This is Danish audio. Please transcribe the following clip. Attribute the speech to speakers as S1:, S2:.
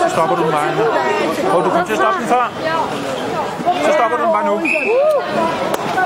S1: Så stopper du den bare nu. Og du kom til at stoppe den før. Så stopper du den bare nu.